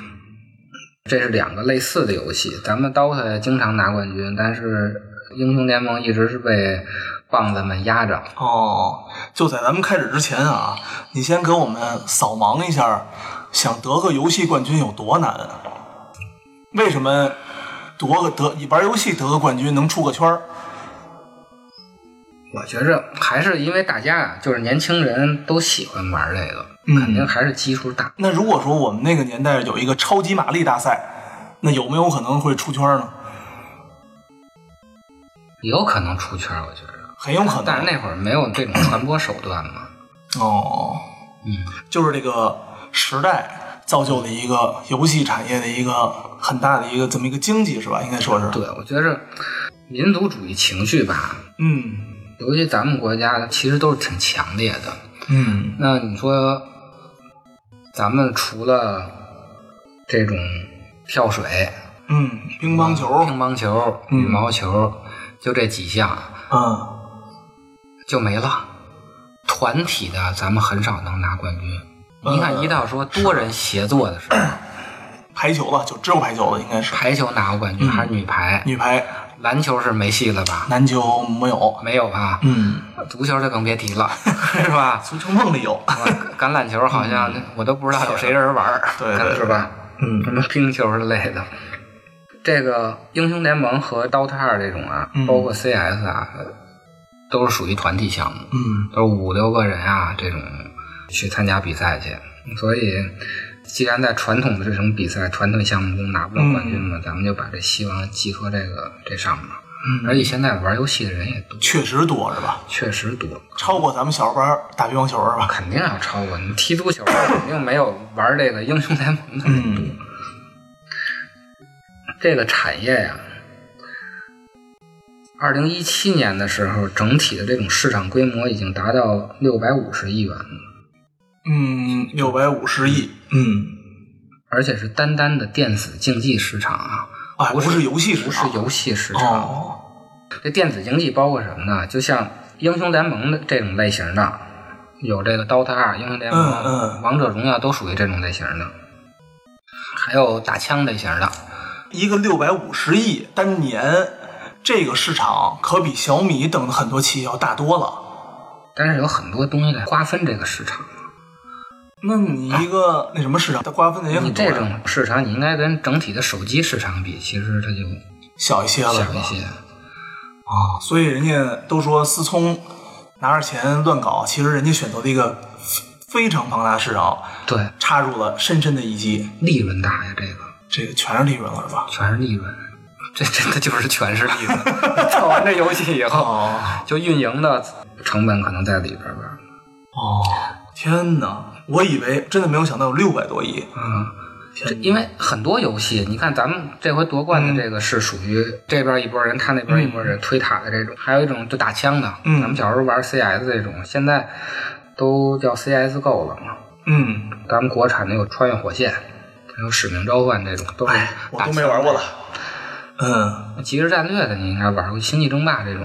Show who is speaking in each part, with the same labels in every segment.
Speaker 1: 这是两个类似的游戏，咱们 DOTA 经常拿冠军，但是英雄联盟一直是被棒子们压着。
Speaker 2: 哦，就在咱们开始之前啊，你先给我们扫盲一下，想得个游戏冠军有多难？啊为什么夺个得玩游戏得个冠军能出个圈儿？
Speaker 1: 我觉着还是因为大家啊，就是年轻人都喜欢玩这个，
Speaker 2: 嗯
Speaker 1: 肯定还是基数大。
Speaker 2: 那如果说我们那个年代有一个超级玛丽大赛，那有没有可能会出圈呢？
Speaker 1: 也有可能出圈，我觉得。
Speaker 2: 很有可
Speaker 1: 但是
Speaker 2: 能。
Speaker 1: 那会儿没有这种传播手段嘛。
Speaker 2: 哦，嗯，就是这个时代造就的一个游戏产业的一个很大的一个这么一个经济是吧？应该说是。
Speaker 1: 对，我觉着民族主义情绪吧，
Speaker 2: 嗯
Speaker 1: 尤其咱们国家其实都是挺强烈的。
Speaker 2: 嗯
Speaker 1: 那你说，咱们除了这种跳水、
Speaker 2: 嗯，乒乓球，
Speaker 1: 乒乓球、
Speaker 2: 嗯
Speaker 1: 羽毛球，就这几项啊
Speaker 2: 嗯，
Speaker 1: 就没了。团体的咱们很少能拿冠军。
Speaker 2: 呃
Speaker 1: 你看，一到说多人协作的时候，
Speaker 2: 排球吧，就只有排球了，应该是。
Speaker 1: 排球拿过冠
Speaker 2: 嗯
Speaker 1: 军还是女排，
Speaker 2: 女排、
Speaker 1: 篮球是没戏了吧？
Speaker 2: 篮球没有。
Speaker 1: 没有吧？
Speaker 2: 嗯，
Speaker 1: 足球就更别提了，是吧？
Speaker 2: 足球梦里有。
Speaker 1: 橄榄球好像我都不知道有谁人玩儿，
Speaker 2: 嗯对对对
Speaker 1: 是吧？
Speaker 2: 嗯
Speaker 1: 什么冰球之类的。这个英雄联盟和 DOTA 二这种啊，
Speaker 2: 嗯
Speaker 1: 包括 CS 啊，都是属于团体项目，
Speaker 2: 嗯
Speaker 1: 都是五六个人啊这种去参加比赛去。所以，既然在传统的这种比赛、传统项目中拿不到冠军嘛，咱们就把这希望寄托这个这上面。而且现在玩游戏的人也多，
Speaker 2: 嗯确实多是吧？
Speaker 1: 确实多，
Speaker 2: 超过咱们小时候玩儿打乒乓球是吧？
Speaker 1: 肯定要超过你踢足球，肯定没有玩这个英雄联盟的人多。
Speaker 2: 嗯
Speaker 1: 这个产业呀、2二零一七年的时候，整体的这种市场规模已经达到六百五十亿元了，
Speaker 2: 嗯，六百五十亿。嗯，
Speaker 1: 而且是单单的电子竞技市场啊，
Speaker 2: 啊，不
Speaker 1: 不是
Speaker 2: 是游戏市
Speaker 1: 不是
Speaker 2: 场，
Speaker 1: 游戏市场。
Speaker 2: 哦，
Speaker 1: 这电子竞技包括什么呢？就像英雄联盟的这种类型的，有这个 DOTA 二、英雄联盟、
Speaker 2: 嗯嗯
Speaker 1: 王者荣耀都属于这种类型的，还有打枪类型的。
Speaker 2: 一个六百五十亿单年，这个市场可比小米等的很多企业要大多了。
Speaker 1: 但是有很多东西在瓜分这个市场，啊
Speaker 2: 那你一个、那什么市场，它瓜分的也
Speaker 1: 你
Speaker 2: 很多
Speaker 1: 这
Speaker 2: 呀，
Speaker 1: 种市场你应该跟整体的手机市场比，其实它就
Speaker 2: 小一些了，
Speaker 1: 小
Speaker 2: 是
Speaker 1: 一
Speaker 2: 吧
Speaker 1: 些。
Speaker 2: 啊。所以人家都说思聪拿着钱乱搞，其实人家选择了一个非常庞大的市场，
Speaker 1: 对，
Speaker 2: 插入了深深的一击，
Speaker 1: 利润大呀，这个
Speaker 2: 这个全是利润了，是吧？
Speaker 1: 全是利润，这真的就是全 是利润。打完这游戏以后，
Speaker 2: 哦
Speaker 1: 就运营的成本可能在里边儿吧。
Speaker 2: 哦，天哪！我以为真的没有想到有六百多亿。
Speaker 1: 啊，这因为很多游戏，你看咱们这回夺冠的这个是属于这边一拨人，他那边一拨人推塔的这种，还有一种就打枪的。
Speaker 2: 嗯
Speaker 1: 咱们小时候玩 CS 这种，现在都叫 CSGO 了嘛。
Speaker 2: 嗯，
Speaker 1: 咱们国产的有《穿越火线》，还有《使命召唤》这种，都是
Speaker 2: 哎，我
Speaker 1: 打
Speaker 2: 都
Speaker 1: 枪
Speaker 2: 没玩过。了。嗯，
Speaker 1: 即时战略的你应该玩过，《星际争霸》这种，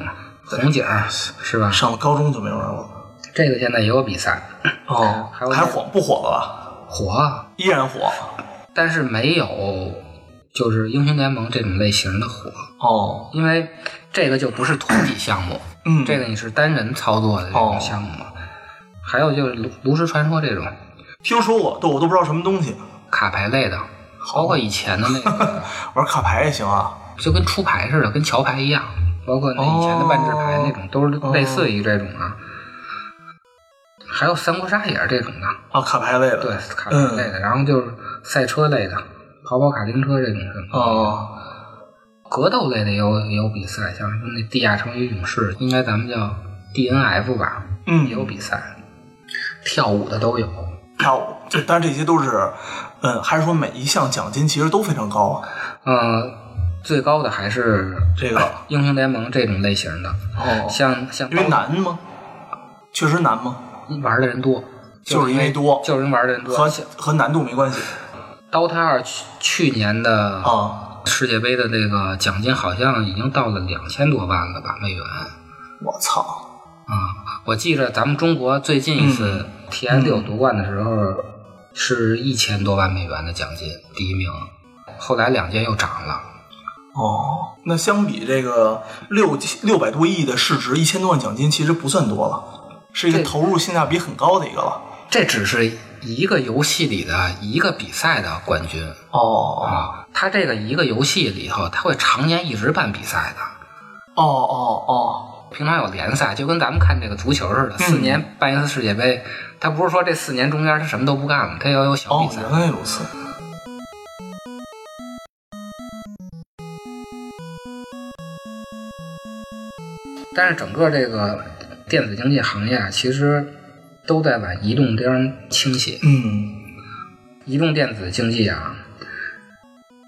Speaker 1: 红警是吧？
Speaker 2: 上了高中就没玩过。
Speaker 1: 这个现在也有比赛，
Speaker 2: 哦，
Speaker 1: 还有
Speaker 2: 还火不火了吧？
Speaker 1: 火啊，
Speaker 2: 依然火。
Speaker 1: 但是没有就是英雄联盟这种类型的火。
Speaker 2: 哦，
Speaker 1: 因为这个就不是团体项目，
Speaker 2: 嗯
Speaker 1: 这个你是单人操作的这
Speaker 2: 哦
Speaker 1: 种项目嘛。还有就是炉炉石传说这种
Speaker 2: 听说过，都我都不知道什么东西。
Speaker 1: 卡牌类的，包括以前的那
Speaker 2: 哦
Speaker 1: 个，
Speaker 2: 玩卡牌也行啊。
Speaker 1: 就跟出牌似的，跟桥牌一样，包括那以前的万智牌
Speaker 2: 哦
Speaker 1: 那种，都是类似于这种啊。还有三国杀也是这种的，
Speaker 2: 啊，卡牌类的。
Speaker 1: 对，卡牌类的，然后就是赛车类的，跑跑卡丁车这种什么的。
Speaker 2: 哦，
Speaker 1: 格斗类的也有也有比赛，像什么那地下城与勇士，应该咱们叫 DNF 吧，
Speaker 2: 嗯
Speaker 1: 也有比赛，跳舞的都有。
Speaker 2: 跳舞，这但这些都是，嗯，还是说每一项奖金其实都非常高啊。
Speaker 1: 呃，最高的还是
Speaker 2: 这个
Speaker 1: 英雄联盟这种类型的，
Speaker 2: 哦
Speaker 1: 像像
Speaker 2: 因为难吗？确实难吗？
Speaker 1: 玩的人多，
Speaker 2: 就是因为多
Speaker 1: 就是因为玩的人多。
Speaker 2: 和
Speaker 1: 像
Speaker 2: 和难度没关系
Speaker 1: DOTA 二去去年的
Speaker 2: 啊！
Speaker 1: 世界杯的这个奖金好像已经到了两千多万了吧美元。
Speaker 2: 我操，
Speaker 1: 啊，我记着咱们中国最近一次 TS 六夺冠的时候、是一千多万美元的奖金，第一名，后来两届又涨了。
Speaker 2: 哦，那相比这个六六百多亿的市值，一千多万奖金其实不算多了，是一个
Speaker 1: 这
Speaker 2: 投入性价比很高的一个了。
Speaker 1: 这只是一个游戏里的一个比赛的冠军
Speaker 2: 哦
Speaker 1: 啊，他这个一个游戏里头，他会常年一直办比赛的。
Speaker 2: 哦哦哦，
Speaker 1: 平常有联赛，就跟咱们看这个足球似的，四年办一次世界杯。他不是说这四年中间他什么都不干了，他要有小
Speaker 2: 哦
Speaker 1: 比，赛。
Speaker 2: 原来如此。
Speaker 1: 但是整个这个电子竞技行业啊，其实都在往移动这样倾斜。
Speaker 2: 嗯
Speaker 1: 移动电子竞技啊，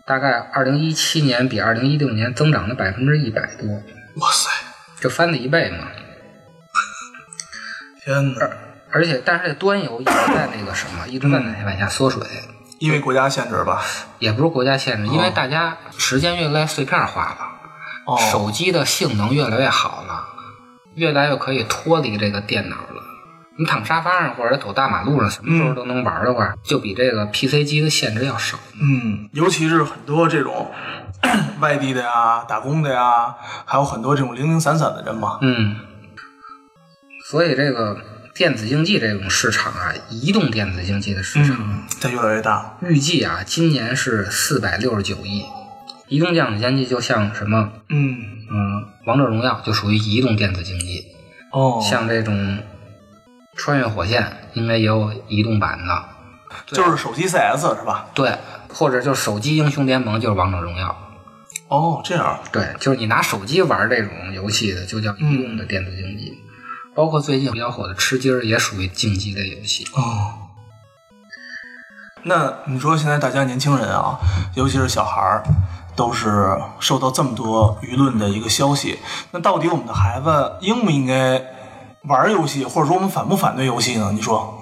Speaker 1: 大概二零一七年比二零一六年增长了百分之一百多，
Speaker 2: 哇塞，
Speaker 1: 就翻了一倍嘛。
Speaker 2: 天哪！
Speaker 1: 而且，但是这端游一直在那个什么，一直在往下缩水，
Speaker 2: 因为国家限制吧？
Speaker 1: 也不是国家限制，因为大家时间越来越碎片化了，
Speaker 2: 哦，
Speaker 1: 手机的性能越来越好了，越来越可以脱离这个电脑了。你躺沙发上或者走大马路上，什么时候都能玩的话，就比这个 PC 机的限制要少。
Speaker 2: 嗯，尤其是很多这种 外地的呀、打工的呀，还有很多这种零零散散的人嘛。
Speaker 1: 嗯，所以这个电子竞技这种市场啊，移动电子竞技的市场，
Speaker 2: 嗯，它越来越大。
Speaker 1: 预计啊，今年是四百六十九亿。移动电子竞技就像什么，
Speaker 2: 嗯，
Speaker 1: 嗯，王者荣耀就属于移动电子竞技，
Speaker 2: 哦，
Speaker 1: 像这种穿越火线应该也有移动版的，
Speaker 2: 就是手机 CS 是吧？
Speaker 1: 对，或者就是手机英雄联盟就是王者荣耀，
Speaker 2: 哦，这样。
Speaker 1: 对，就是你拿手机玩这种游戏的，就叫
Speaker 2: 嗯
Speaker 1: 移动的电子竞技。包括最近比较火的吃鸡儿也属于竞技类游戏。
Speaker 2: 哦。那你说现在大家年轻人啊，尤其是小孩儿，都是受到这么多舆论的一个消息，那到底我们的孩子应不应该玩儿游戏，或者说我们反不反对游戏呢？你说？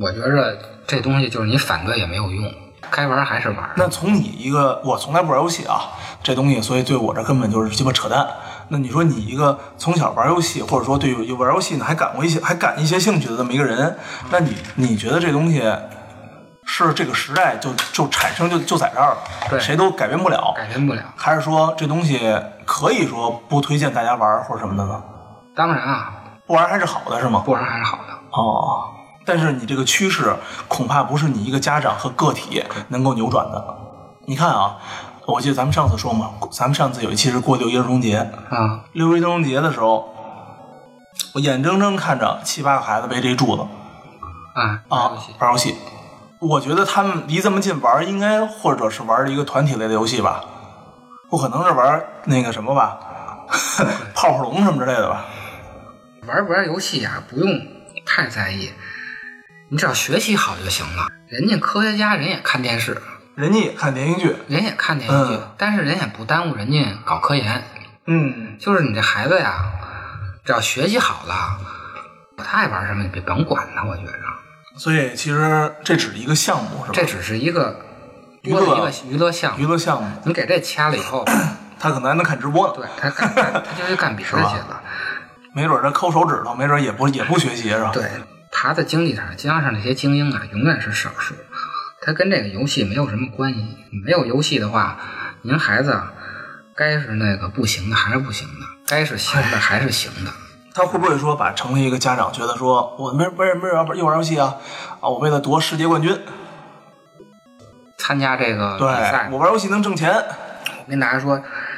Speaker 1: 我觉着这东西就是你反对也没有用，该玩还是玩。
Speaker 2: 那从你一个我从来不玩游戏啊，这东西，所以对我这根本就是鸡巴扯淡。那你说你一个从小玩游戏，或者说对于玩游戏呢还感过一些还感一些兴趣的这么一个人，那你你觉得这东西是这个时代就就产生就就在这儿了，
Speaker 1: 对
Speaker 2: 谁都改变不了，
Speaker 1: 改变不了。
Speaker 2: 还是说这东西可以说不推荐大家玩或者什么的呢？
Speaker 1: 当然啊，
Speaker 2: 不玩还是好的是吗？
Speaker 1: 不玩还是好的。
Speaker 2: 哦，但是你这个趋势恐怕不是你一个家长和个体能够扭转的。你看啊，我记得咱们上次说嘛，咱们上次有一期是过六一儿童节，
Speaker 1: 啊，
Speaker 2: 六一儿童节的时候，我眼睁睁看着七八个孩子被这住了
Speaker 1: 啊，玩
Speaker 2: 啊
Speaker 1: 游戏，
Speaker 2: 玩游戏。我觉得他们离这么近玩，应该或者是玩一个团体类的游戏吧，不可能是玩那个什么吧， 泡泡龙什么之类的吧。
Speaker 1: 玩不玩游戏啊，不用太在意，你只要学习好就行了。人家科学家人也看电视，
Speaker 2: 人家也看连续剧，
Speaker 1: 人也看电视剧，
Speaker 2: 嗯
Speaker 1: 但是人也不耽误人家搞科研。
Speaker 2: 嗯，
Speaker 1: 就是你这孩子呀，只要学习好了，他爱玩什么你别甭管他，我觉着
Speaker 2: 所以其实这只是一个项目，是吧？
Speaker 1: 这只是一个
Speaker 2: 娱乐
Speaker 1: 多的一个娱乐项
Speaker 2: 娱
Speaker 1: 目。
Speaker 2: 乐项目，
Speaker 1: 你给这掐了以 后，
Speaker 2: 他可能还能看直播呢，
Speaker 1: 对他干他他就去干别的去了。
Speaker 2: 没准他抠手指头，没准也不也不学习，是吧？
Speaker 1: 对，他的经济上，经商上那些精英啊，永远是少数，他跟这个游戏没有什么关系。没有游戏的话，您孩子啊该是那个不行的还是不行的，该是行的还是行的。
Speaker 2: 他会不会说把成为一个家长觉得说，我没没没玩又玩游戏啊啊，我为了夺世界冠军，
Speaker 1: 参加这个呃比
Speaker 2: 对
Speaker 1: 赛，
Speaker 2: 我玩游戏能挣钱
Speaker 1: 我跟大家说，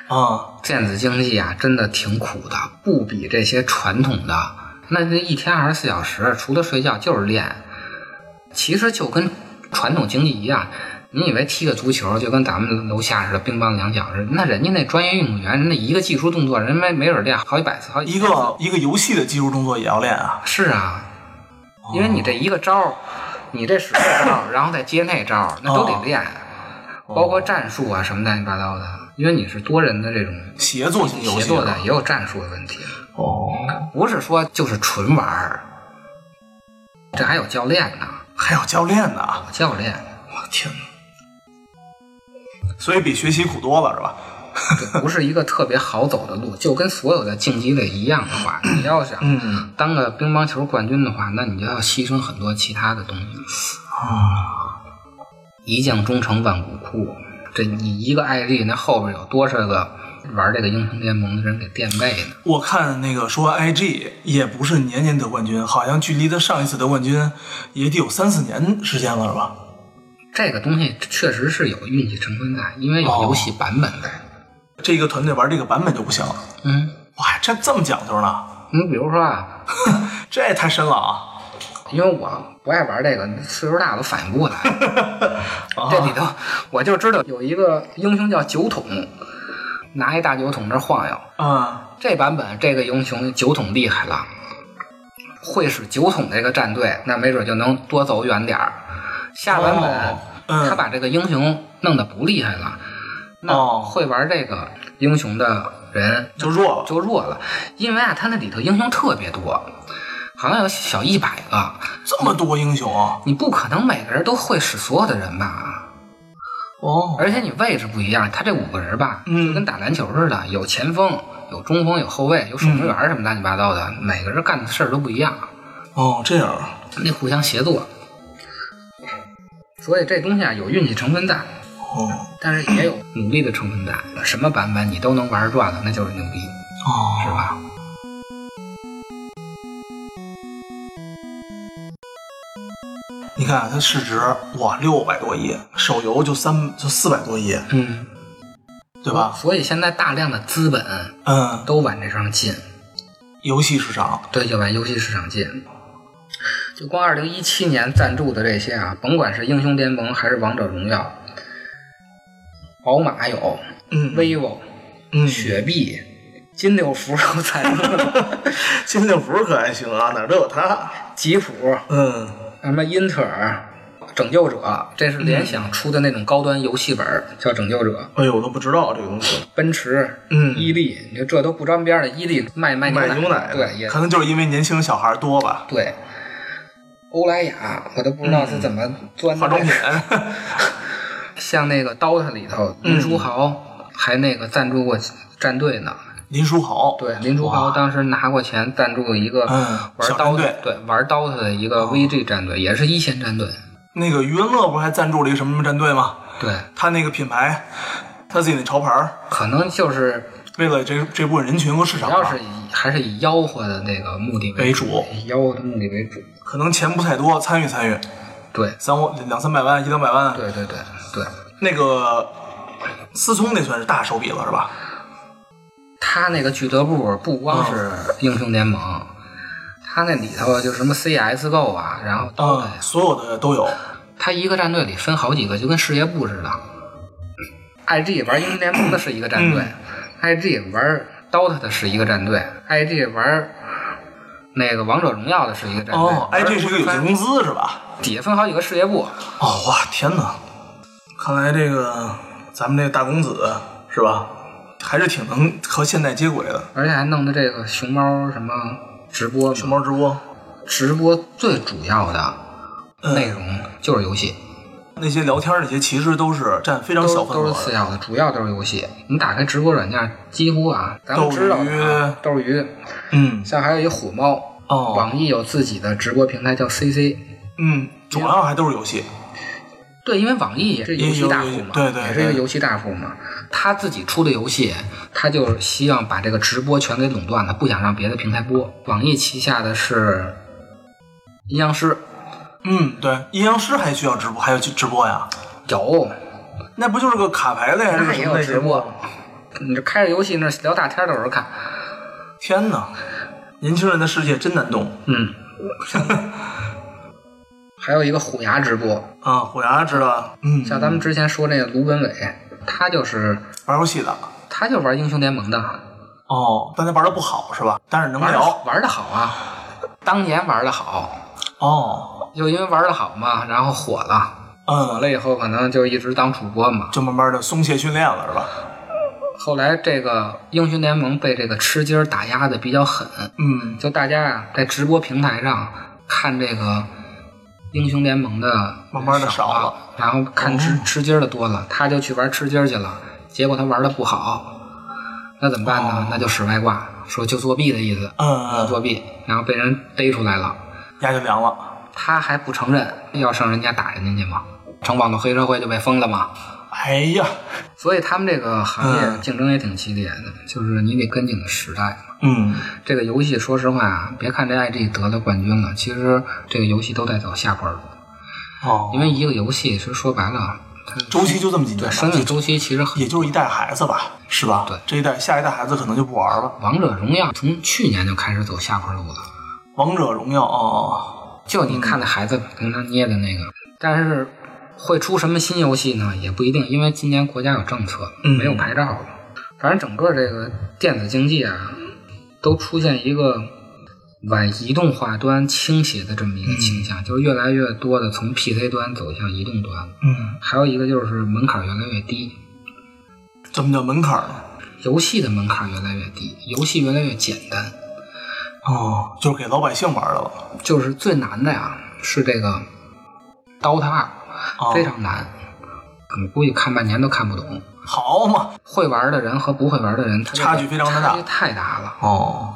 Speaker 2: 啊，
Speaker 1: 电子竞技啊，真的挺苦的，不比这些传统的那那一天二十四小时，除了睡觉就是练。其实就跟传统竞技一样，你以为踢个足球就跟咱们楼下似的乒乓两脚似的，那人家那专业运动员，人那一个技术动作，人没没准练好几百次，好几
Speaker 2: 一
Speaker 1: 千次
Speaker 2: 个一个游戏的技术动作也要练啊，
Speaker 1: 是啊，因为你这一个招儿，你这使这招儿，然后再接那招儿，那都得练，包括战术啊什么乱七八糟的，因为你是多人的这种
Speaker 2: 协作性游戏
Speaker 1: 协作的，也有战术的问题。
Speaker 2: 哦，
Speaker 1: 不是说就是纯玩儿，这还有教练呢，
Speaker 2: 还有教练呢，啊
Speaker 1: 有教练，
Speaker 2: 我天哪，所以比学习苦多了是吧？
Speaker 1: 这不是一个特别好走的路。就跟所有的竞技类一样的话，你要想
Speaker 2: 嗯
Speaker 1: 当个乒乓球冠军的话，那你就要牺牲很多其他的东西啊。一将终成万骨枯，这你一个艾丽，那后边有多少个玩这个英雄联盟的人给垫背呢？
Speaker 2: 我看那个说 IG 也不是年年得冠军，好像距离他上一次得冠军也得有三四年时间了是吧？
Speaker 1: 这个东西确实是有运气成分在，因为
Speaker 2: 哦
Speaker 1: 有游戏版本在。
Speaker 2: 这个团队玩这个版本就不行了，
Speaker 1: 嗯，
Speaker 2: 哇，这这么讲究呢，
Speaker 1: 你比如说啊，
Speaker 2: 这也太深了啊！
Speaker 1: 因为我不爱玩这个，岁数大了反应不过来。
Speaker 2: 哦
Speaker 1: 这里头我就知道有一个英雄叫酒桶，拿一大酒桶那儿晃悠。
Speaker 2: 嗯，
Speaker 1: 这版本这个英雄酒桶厉害了，会使酒桶这个战队，那没准就能多走远点儿。下版本、
Speaker 2: 哦嗯
Speaker 1: 他把这个英雄弄得不厉害了，那
Speaker 2: 哦
Speaker 1: 会玩这个英雄的人
Speaker 2: 就弱了，
Speaker 1: 就弱了，因为啊，他那里头英雄特别多，好像有小一百个。
Speaker 2: 这么多英雄啊！
Speaker 1: 你不可能每个人都会使所有的人吧？
Speaker 2: 哦，
Speaker 1: 而且你位置不一样，他这五个人吧，
Speaker 2: 嗯
Speaker 1: 就跟打篮球似的，有前锋，有中锋，有后卫，有守门员什么乱七八糟的，每个人干的事儿都不一样，
Speaker 2: 哦，这样，
Speaker 1: 那互相协作。所以这东西啊，有运气成分在，
Speaker 2: 哦
Speaker 1: 但是也有努力的成分在。什么版本你都能玩转了，那就是牛逼，
Speaker 2: 哦，
Speaker 1: 是吧？
Speaker 2: 你看它市值哇六百多亿，手游就三就四百多亿，
Speaker 1: 嗯，
Speaker 2: 对吧？
Speaker 1: 所以现在大量的资本
Speaker 2: 嗯，
Speaker 1: 都往这上进，
Speaker 2: 游戏市场，
Speaker 1: 对，就往游戏市场进。就光二零一七年赞助的这些啊，甭管是英雄联盟还是王者荣耀，宝马有
Speaker 2: 嗯，
Speaker 1: ，vivo、
Speaker 2: 嗯，
Speaker 1: 雪碧、金六福都赞助了，
Speaker 2: 金六福可还行啊，哪儿都有它。
Speaker 1: 吉普、
Speaker 2: 嗯，
Speaker 1: 什么英特尔、拯救者，这是联想出的那种高端游戏本儿，叫拯救者。
Speaker 2: 哎呦，我都不知道这个东西。
Speaker 1: 奔驰、
Speaker 2: 嗯
Speaker 1: 伊利，你说这都不沾边儿的，伊利卖 卖
Speaker 2: 卖
Speaker 1: 奶，
Speaker 2: 牛奶的，
Speaker 1: 对，也
Speaker 2: 可能就是因为年轻小孩多吧。
Speaker 1: 对。欧莱雅，我都不知道是怎么钻的
Speaker 2: 化
Speaker 1: 这
Speaker 2: 妆
Speaker 1: 个
Speaker 2: 品，
Speaker 1: 像那个《DOTA》里
Speaker 2: 哦
Speaker 1: 头，林
Speaker 2: 嗯
Speaker 1: 书豪还那个赞助过战队呢。
Speaker 2: 林书豪，
Speaker 1: 对，林书豪当时拿过钱赞助一个
Speaker 2: 嗯
Speaker 1: 玩
Speaker 2: 小
Speaker 1: DOTA，、
Speaker 2: 战队哦
Speaker 1: 对玩 DOTA 的一个 VG 战队，也是一线战队。
Speaker 2: 那个余文乐不是还赞助了一个什么什么战队吗？
Speaker 1: 对，
Speaker 2: 他那个品牌，他自己那潮牌儿，
Speaker 1: 可能就是
Speaker 2: 为了这这部分人群和市
Speaker 1: 主
Speaker 2: 场吧，
Speaker 1: 要是以还是以吆喝的那个目的
Speaker 2: 为
Speaker 1: 主，
Speaker 2: 主，
Speaker 1: 以吆喝的目的为主。
Speaker 2: 可能钱不太多，参与参与，
Speaker 1: 对，
Speaker 2: 三五两三百万，一两百万。
Speaker 1: 对对对对，
Speaker 2: 那个思聪那算是大手笔了是吧？
Speaker 1: 他那个俱乐部不
Speaker 2: 哦
Speaker 1: 光是英雄联盟，他那里头就什么 CSGO 啊，然后 DOTA 呀
Speaker 2: 嗯，所有的都有。
Speaker 1: 他一个战队里分好几个，就跟事业部似的。IG 玩英雄联盟的是一个战队、i
Speaker 2: 嗯
Speaker 1: g 玩 DOTA 的是一个战队，IG 玩那个王者荣耀的是一个战队。
Speaker 2: 哦哦，哎，这是一个有限
Speaker 1: 分
Speaker 2: 公司是吧？
Speaker 1: 底下分好几个事业部，
Speaker 2: 哦，哇，天哪！看来这个咱们这大公子是吧，还是挺能和现代接轨的。
Speaker 1: 而且还弄的这个熊猫什么直播嘛，
Speaker 2: 熊猫直播
Speaker 1: 直播最主要的
Speaker 2: 嗯
Speaker 1: 内容就是游戏，
Speaker 2: 那些聊天儿那些，其实都是占非常小
Speaker 1: 都
Speaker 2: 份额
Speaker 1: 都
Speaker 2: 的。
Speaker 1: 是次要的，主要都是游戏。你打开直播软件，几乎啊，咱们知道的啊都是鱼，
Speaker 2: 嗯
Speaker 1: 像还有一虎猫，
Speaker 2: 哦
Speaker 1: 网易有自己的直播平台叫 CC。
Speaker 2: 嗯，主要还都是游戏。
Speaker 1: 对，因为网易也是游戏大户嘛，
Speaker 2: 也有对对
Speaker 1: 也是一个游戏大户嘛。他自己出的游戏，他就是希望把这个直播全给垄断了，不想让别的平台播。网易旗下的是阴阳师，
Speaker 2: 嗯，对，阴阳师还需要直播，还要去直播呀？
Speaker 1: 有
Speaker 2: 那不就是个卡牌类还是
Speaker 1: 那
Speaker 2: 个
Speaker 1: 也
Speaker 2: 什么
Speaker 1: 有
Speaker 2: 类
Speaker 1: 直
Speaker 2: 节目？啊
Speaker 1: 播，你这开着游戏那聊大天儿都有人看。
Speaker 2: 天哪，年轻人的世界真难懂
Speaker 1: 嗯，还有一个虎牙直播，
Speaker 2: 啊！虎牙知道，嗯，
Speaker 1: 像咱们之前说那个卢本伟，他就是
Speaker 2: 玩游戏的
Speaker 1: 他就玩英雄联盟的，
Speaker 2: 哦，但他玩的不好是吧？但是能
Speaker 1: 玩
Speaker 2: 聊
Speaker 1: 的玩的好啊，当年玩的好，
Speaker 2: 哦，
Speaker 1: 就因为玩的好嘛，然后火了，火
Speaker 2: 嗯，
Speaker 1: 了以后可能就一直当主播嘛。
Speaker 2: 就慢慢的松懈训练了是吧？
Speaker 1: 后来这个英雄联盟被这个吃鸡儿打压的比较狠，
Speaker 2: 嗯，
Speaker 1: 就大家啊在直播平台上看这个英雄联盟的
Speaker 2: 慢慢地
Speaker 1: 少啊
Speaker 2: 少了，
Speaker 1: 然后看吃吃鸡儿的多了，他就去玩吃鸡儿去了，结果他玩的不好，那怎么办呢？那就使外挂，说就作弊的意思，
Speaker 2: 嗯
Speaker 1: 作弊，然后被人逮出来了，
Speaker 2: 压就凉了。
Speaker 1: 他还不承认，要上人家打人家去嘛，成网络黑社会就被封了嘛。
Speaker 2: 哎呀，
Speaker 1: 所以他们这个行业
Speaker 2: 嗯
Speaker 1: 竞争也挺激烈的，就是你得跟紧时代嘛。
Speaker 2: 嗯，
Speaker 1: 这个游戏，说实话啊，别看这 IG 得了冠军了，其实这个游戏都在走下坡路。
Speaker 2: 哦
Speaker 1: 因，为一个游戏，其实说白了，它
Speaker 2: 周期就这么几年
Speaker 1: 对
Speaker 2: 吧，
Speaker 1: 生命周期其实很。
Speaker 2: 也就是一代孩子吧，是吧？
Speaker 1: 对
Speaker 2: 这一代下一代孩子可能就不玩了。
Speaker 1: 王者荣耀从去年就开始走下坡路了，
Speaker 2: 王者荣耀哦，
Speaker 1: 就你看那孩子平常捏的那个，但是会出什么新游戏呢？也不一定，因为今年国家有政策，
Speaker 2: 嗯
Speaker 1: 没有牌照了。反正整个这个电子竞技啊，都出现一个往移动化端倾斜的这么一个倾向，就是越来越多的从 PC 端走向移动端。
Speaker 2: 嗯，
Speaker 1: 还有一个就是门槛越来越低，
Speaker 2: 怎么叫门槛呢？
Speaker 1: 游戏的门槛越来越低，游戏越来越简单。
Speaker 2: 哦，就是给老百姓玩的了。
Speaker 1: 就是最难的呀，是这个《DOTA 二》，
Speaker 2: 哦
Speaker 1: 非常难。我估计看半年都看不懂，
Speaker 2: 好嘛，
Speaker 1: 会玩的人和不会玩的人他这个
Speaker 2: 差距非常的大
Speaker 1: 差距太大了。
Speaker 2: 哦，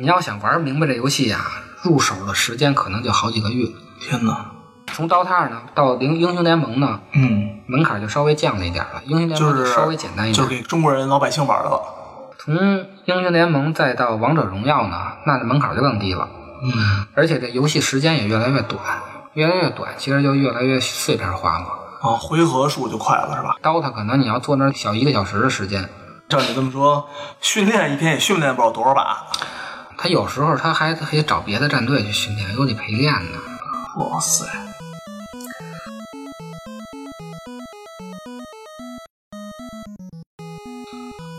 Speaker 1: 你要想玩明白这游戏呀、入手的时间可能就好几个月。
Speaker 2: 天哪，
Speaker 1: 从 DOTA 二呢到零英雄联盟呢，
Speaker 2: 嗯，
Speaker 1: 门槛就稍微降了一点了，英雄联
Speaker 2: 就
Speaker 1: 盟就是稍微简单一点。
Speaker 2: 就是给中国人老百姓玩的了。
Speaker 1: 从英雄联盟再到王者荣耀呢，那门槛就更低了。
Speaker 2: 嗯，
Speaker 1: 而且这游戏时间也越来越短，越来越短，其实就越来越碎片化了。
Speaker 2: 啊，回合数就快了是吧？
Speaker 1: DOTA 可能你要坐那儿小一个小时的时间，
Speaker 2: 照你这么说，训练一天也训练不了多少把。
Speaker 1: 他有时候他还可以找别的战队去训练，有得陪练呢。
Speaker 2: 哇塞！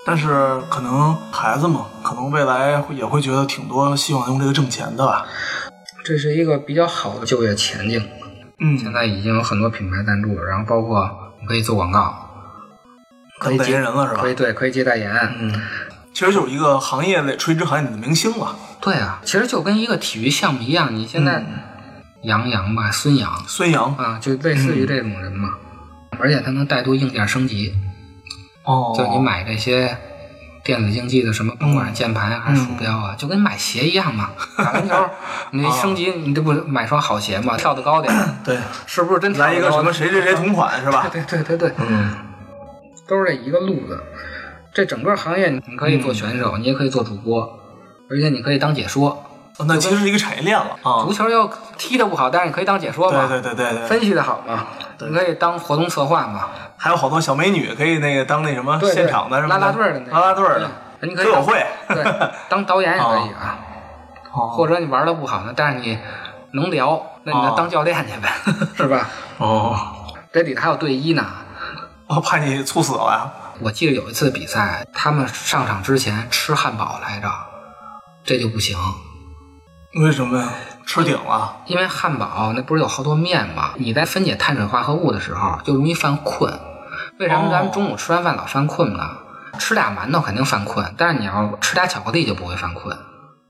Speaker 2: 但是可能孩子嘛，可能未来会也会觉得挺多，希望用这个挣钱的吧。
Speaker 1: 这是一个比较好的就业前景。现
Speaker 2: 嗯，
Speaker 1: 在已经有很多品牌赞助，然后包括你可以做广告，
Speaker 2: 可以代言人了是吧
Speaker 1: 可？以对，可以接代言。
Speaker 2: 嗯，其实就是一个行业类垂直行业里的明星了。
Speaker 1: 对啊，其实就跟一个体育项目一样，你现在杨洋吧，孙杨
Speaker 2: 嗯孙杨
Speaker 1: 啊，就类似于这种人嘛。嗯而且他能带动硬件升级，
Speaker 2: 哦
Speaker 1: 就你买这些电子竞技的什么，甭管是键盘还是鼠标啊，就跟买鞋一样嘛。打篮球， 你升级，你这不买双好鞋嘛，跳得高点，
Speaker 2: 对，
Speaker 1: 是不是真跳
Speaker 2: 来一
Speaker 1: 得
Speaker 2: 个
Speaker 1: 高
Speaker 2: 什么谁谁谁同款是吧？
Speaker 1: 对对对对，
Speaker 2: 嗯，
Speaker 1: 都是这一个路子。这整个行业，你可以做选
Speaker 2: 嗯
Speaker 1: 手，你也可以做主播，而且你可以当解说。
Speaker 2: 那其实是一个产业链了啊
Speaker 1: 足。球要踢得不好，但是你可以当解说嘛，
Speaker 2: 对对对对对，
Speaker 1: 分析得好嘛，你可以当活动策划嘛，
Speaker 2: 还有好多小美女可以那个当那什么
Speaker 1: 对对
Speaker 2: 啊现场的什么
Speaker 1: 拉拉队儿的那个嗯
Speaker 2: 拉拉队儿的
Speaker 1: 对你可以
Speaker 2: 歌友
Speaker 1: 当
Speaker 2: 会，哦
Speaker 1: 对，当导演也可以啊。或
Speaker 2: 或
Speaker 1: 者你玩的不好呢，但是你能聊，那你
Speaker 2: 哦
Speaker 1: 就当教练 去呗，是吧？
Speaker 2: 哦，
Speaker 1: 这里头还有队医呢。
Speaker 2: 我怕你猝死了呀！
Speaker 1: 我记得有一次比赛，他们上场之前吃汉堡来着，这就不行。
Speaker 2: 为什么呀？吃顶了。
Speaker 1: 因为汉堡那不是有好多面吗？你在分解碳水化合物的时候就容易犯困。为什么咱们中午吃完饭老犯困呢？吃俩馒头肯定犯困，但是你要吃俩巧克力就不会犯困，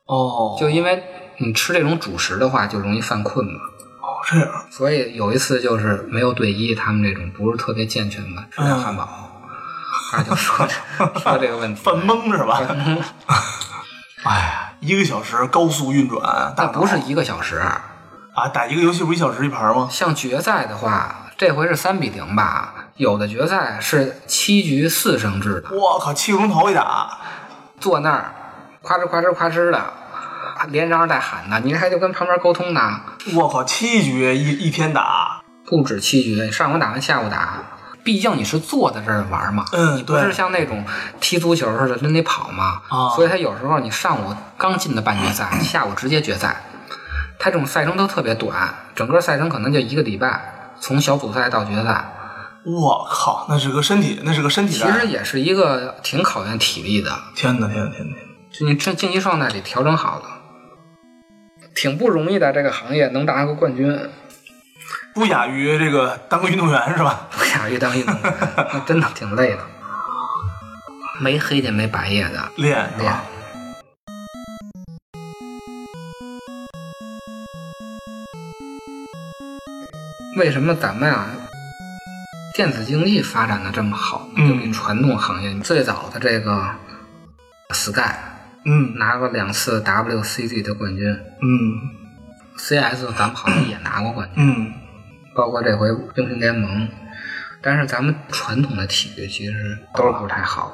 Speaker 2: 哦，
Speaker 1: 就因为你吃这种主食的话就容易犯困嘛。
Speaker 2: 哦这样，
Speaker 1: 所以有一次就是没有对一，他们这种不是特别健全的吃点汉堡，他就说 说这 个问题。
Speaker 2: 犯 懵是吧？哎呀，一个小时高速运转，大
Speaker 1: 那不是一个小时，
Speaker 2: 啊，打一个游戏不一小时一盘吗？
Speaker 1: 像决赛的话，这回是三比零吧？有的决赛是七局四胜制的，
Speaker 2: 我靠，七个钟头一打，
Speaker 1: 坐那儿夸哧夸哧夸哧的，连嚷带喊的，你这还就跟旁边沟通呢。
Speaker 2: 我靠，七局一一天打，
Speaker 1: 不止七局，上午打完下午打，毕竟你是坐在这儿玩嘛，
Speaker 2: 嗯
Speaker 1: 你不是
Speaker 2: 对
Speaker 1: 像那种踢足球似的真得跑嘛，
Speaker 2: 啊
Speaker 1: 所以他有时候你上午刚进的半决赛，下午直接决赛，他这种赛程都特别短，整个赛程可能就一个礼拜，从小组赛到决赛，
Speaker 2: 我靠，那是个身体，那是个身体
Speaker 1: 其实
Speaker 2: 战。
Speaker 1: 也是一个挺考验体力的，
Speaker 2: 天哪，天哪，天哪！
Speaker 1: 就你这竞技状态得调整好了。挺不容易的，这个行业能拿个冠军，
Speaker 2: 不亚于这个当个运动员是吧？
Speaker 1: 不亚于当运动员，那真的挺累的，没黑天没白夜的，
Speaker 2: 练是吧？
Speaker 1: 为什么咱们啊，电子竞技发展的这么好，
Speaker 2: 嗯
Speaker 1: 就比传统行业最早的这个 Sky
Speaker 2: 嗯
Speaker 1: 拿过两次 WCG 的冠军
Speaker 2: 嗯
Speaker 1: ，CS 咱们好像也拿过冠军，
Speaker 2: 嗯，
Speaker 1: 包括这回英雄联盟。但是咱们传统的体育其实都是不太好，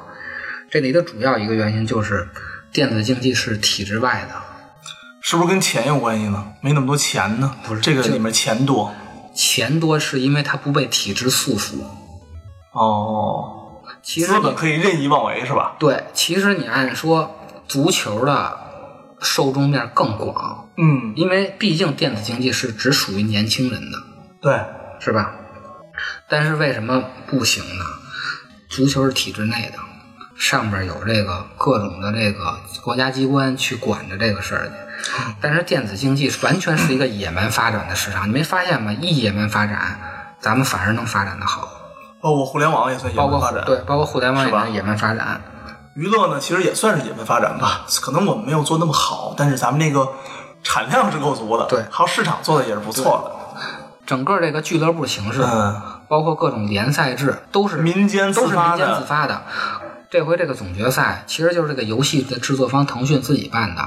Speaker 1: 这里的主要一个原因就是电子竞技是体制外的，
Speaker 2: 是不是跟钱有关系呢？没那么多钱呢？
Speaker 1: 不是
Speaker 2: 这个
Speaker 1: 这
Speaker 2: 里面钱多
Speaker 1: 钱多是因为它不被体制束缚。
Speaker 2: 哦，
Speaker 1: 其实
Speaker 2: 资
Speaker 1: 你
Speaker 2: 本可以任意妄为是吧？
Speaker 1: 对，其实你按说足球的受众面更广，
Speaker 2: 嗯，
Speaker 1: 因为毕竟电子竞技是只属于年轻人的，
Speaker 2: 对，
Speaker 1: 是吧？但是为什么不行呢？足球是体制内的，上边有这个各种的这个国家机关去管着这个事儿去。
Speaker 2: 嗯
Speaker 1: 但是电子竞技完全是一个野蛮发展的市场，你没发现吗？一野蛮发展，咱们反而能发展的好，
Speaker 2: 包括互联网也算野
Speaker 1: 包
Speaker 2: 蛮
Speaker 1: 括
Speaker 2: 发展，
Speaker 1: 对，，包括互联网也
Speaker 2: 是吧
Speaker 1: 能野蛮发展。
Speaker 2: 娱乐呢其实也算是野蛮发展吧，可能我们没有做那么好，但是咱们那个产量是够足的，
Speaker 1: 对
Speaker 2: 还有市场做的也是不错
Speaker 1: 整个这个俱乐部形式，
Speaker 2: 的，嗯，
Speaker 1: 包括各种联赛制，都是
Speaker 2: 民间
Speaker 1: 都
Speaker 2: 自
Speaker 1: 是
Speaker 2: 发
Speaker 1: 民间自
Speaker 2: 的，
Speaker 1: 发的。这回这个总决赛其实就是这个游戏的制作方腾讯自己办的，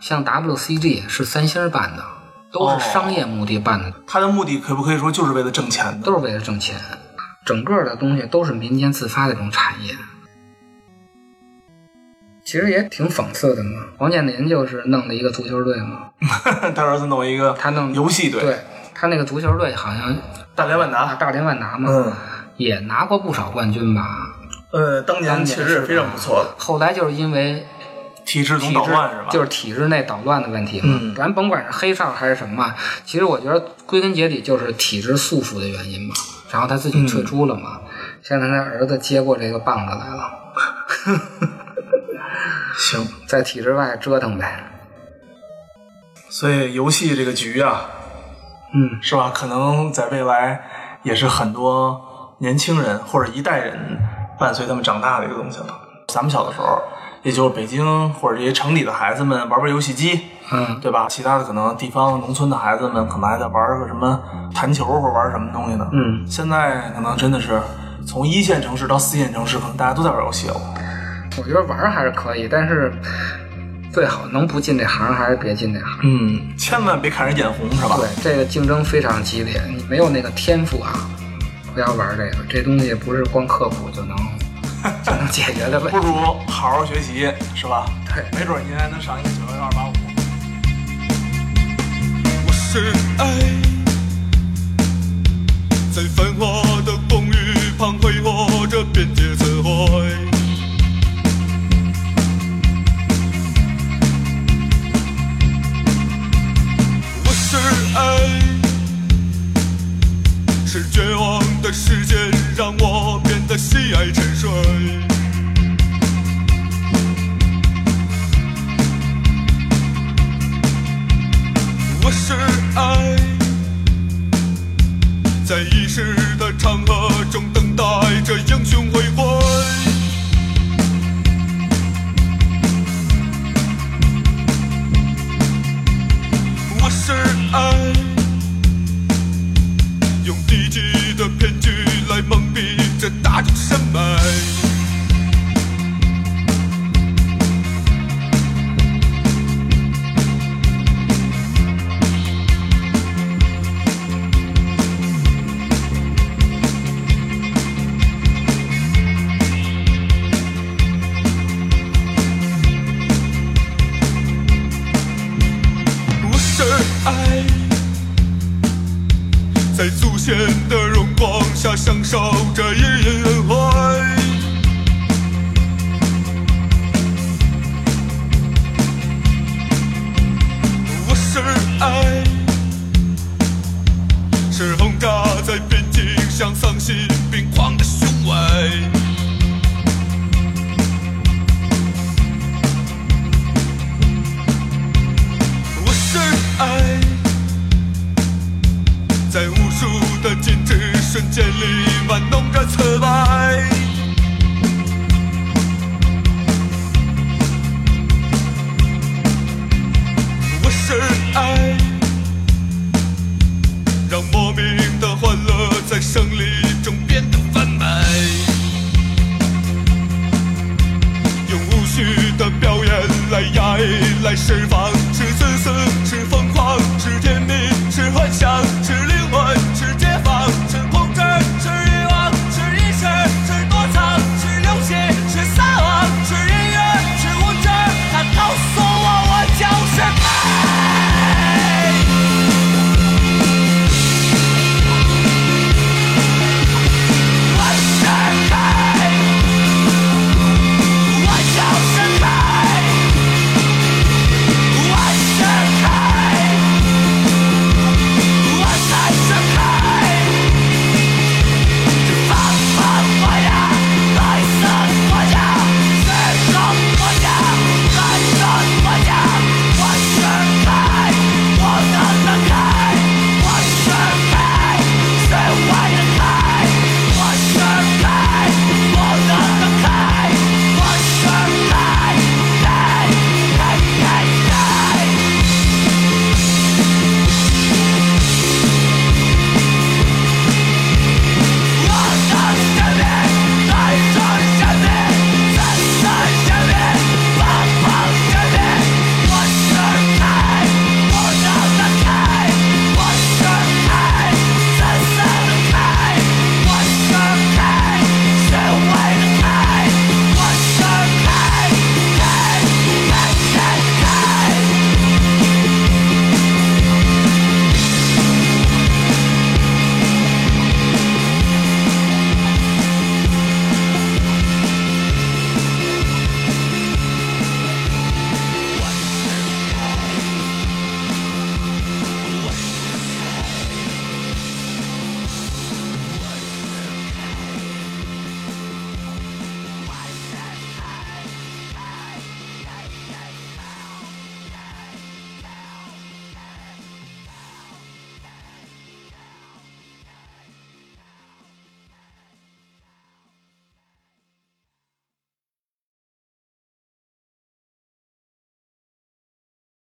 Speaker 1: 像 WCG 是三星儿办的，都
Speaker 2: 哦
Speaker 1: 是商业目的办的，
Speaker 2: 它的目的可不可以说就是为了挣钱的？
Speaker 1: 都是为了挣钱。整个的东西都是民间自发的这种产业。其实也挺讽刺的嘛，王健林就是弄了一个足球队嘛，
Speaker 2: 他儿子弄一个
Speaker 1: 他弄
Speaker 2: 游戏队，
Speaker 1: 对他那个足球队好像
Speaker 2: 大连万
Speaker 1: 啊
Speaker 2: 达，
Speaker 1: 大连万达嘛，
Speaker 2: 嗯。
Speaker 1: 也拿过不少冠军吧。
Speaker 2: 呃，当年其实也非常不错的，
Speaker 1: 后来就是因为
Speaker 2: 体制总
Speaker 1: 体
Speaker 2: 捣
Speaker 1: 制
Speaker 2: 乱是吧？
Speaker 1: 就是体制内捣乱的问题嘛。
Speaker 2: 嗯
Speaker 1: 咱甭管是黑哨还是什么，其实我觉得归根结底就是体制束缚的原因嘛。然后他自己退出了嘛，
Speaker 2: 嗯
Speaker 1: 现在他儿子接过这个棒子来了，
Speaker 2: 行，
Speaker 1: 在体制外折腾呗。
Speaker 2: 所以游戏这个局啊，
Speaker 1: 嗯，
Speaker 2: 是吧？可能在未来也是很多年轻人或者一代人伴随他们长大的一个东西了。咱们小的时候，也就是北京或者这些城里的孩子们玩玩游戏机，
Speaker 1: 嗯，
Speaker 2: 对吧？其他的可能地方农村的孩子们可能还在玩个什么弹球或者玩什么东西呢。
Speaker 1: 嗯，
Speaker 2: 现在可能真的是从一线城市到四线城市，可能大家都在玩游戏了。
Speaker 1: 我觉得玩儿还是可以，但是最好能不进这行还是别进这行。
Speaker 2: 嗯，千万别看人眼红，是吧？
Speaker 1: 对，这个竞争非常激烈，你没有那个天赋啊，不要玩这个，这东西不是光刻苦就能就能解决的问题
Speaker 2: 不。如好好学习，是吧？
Speaker 1: 对
Speaker 2: 没准您还能上一个九幺幺二八五。
Speaker 3: 我是爱，在繁华的公寓旁挥霍着边界词汇。我是爱，是绝望的时间让我变得喜爱沉睡。我爱，在祖先的荣光下享受着熠熠恩怀。我是爱，是轰炸在边境上丧心病狂的胸怀。我是爱，在无数的静止瞬间里玩弄着刺白。我是爱，让莫名的欢乐在胜利中变得贩卖。用无序的表演来压抑，来释放，是自私，是疯狂，是甜蜜，是幻想，是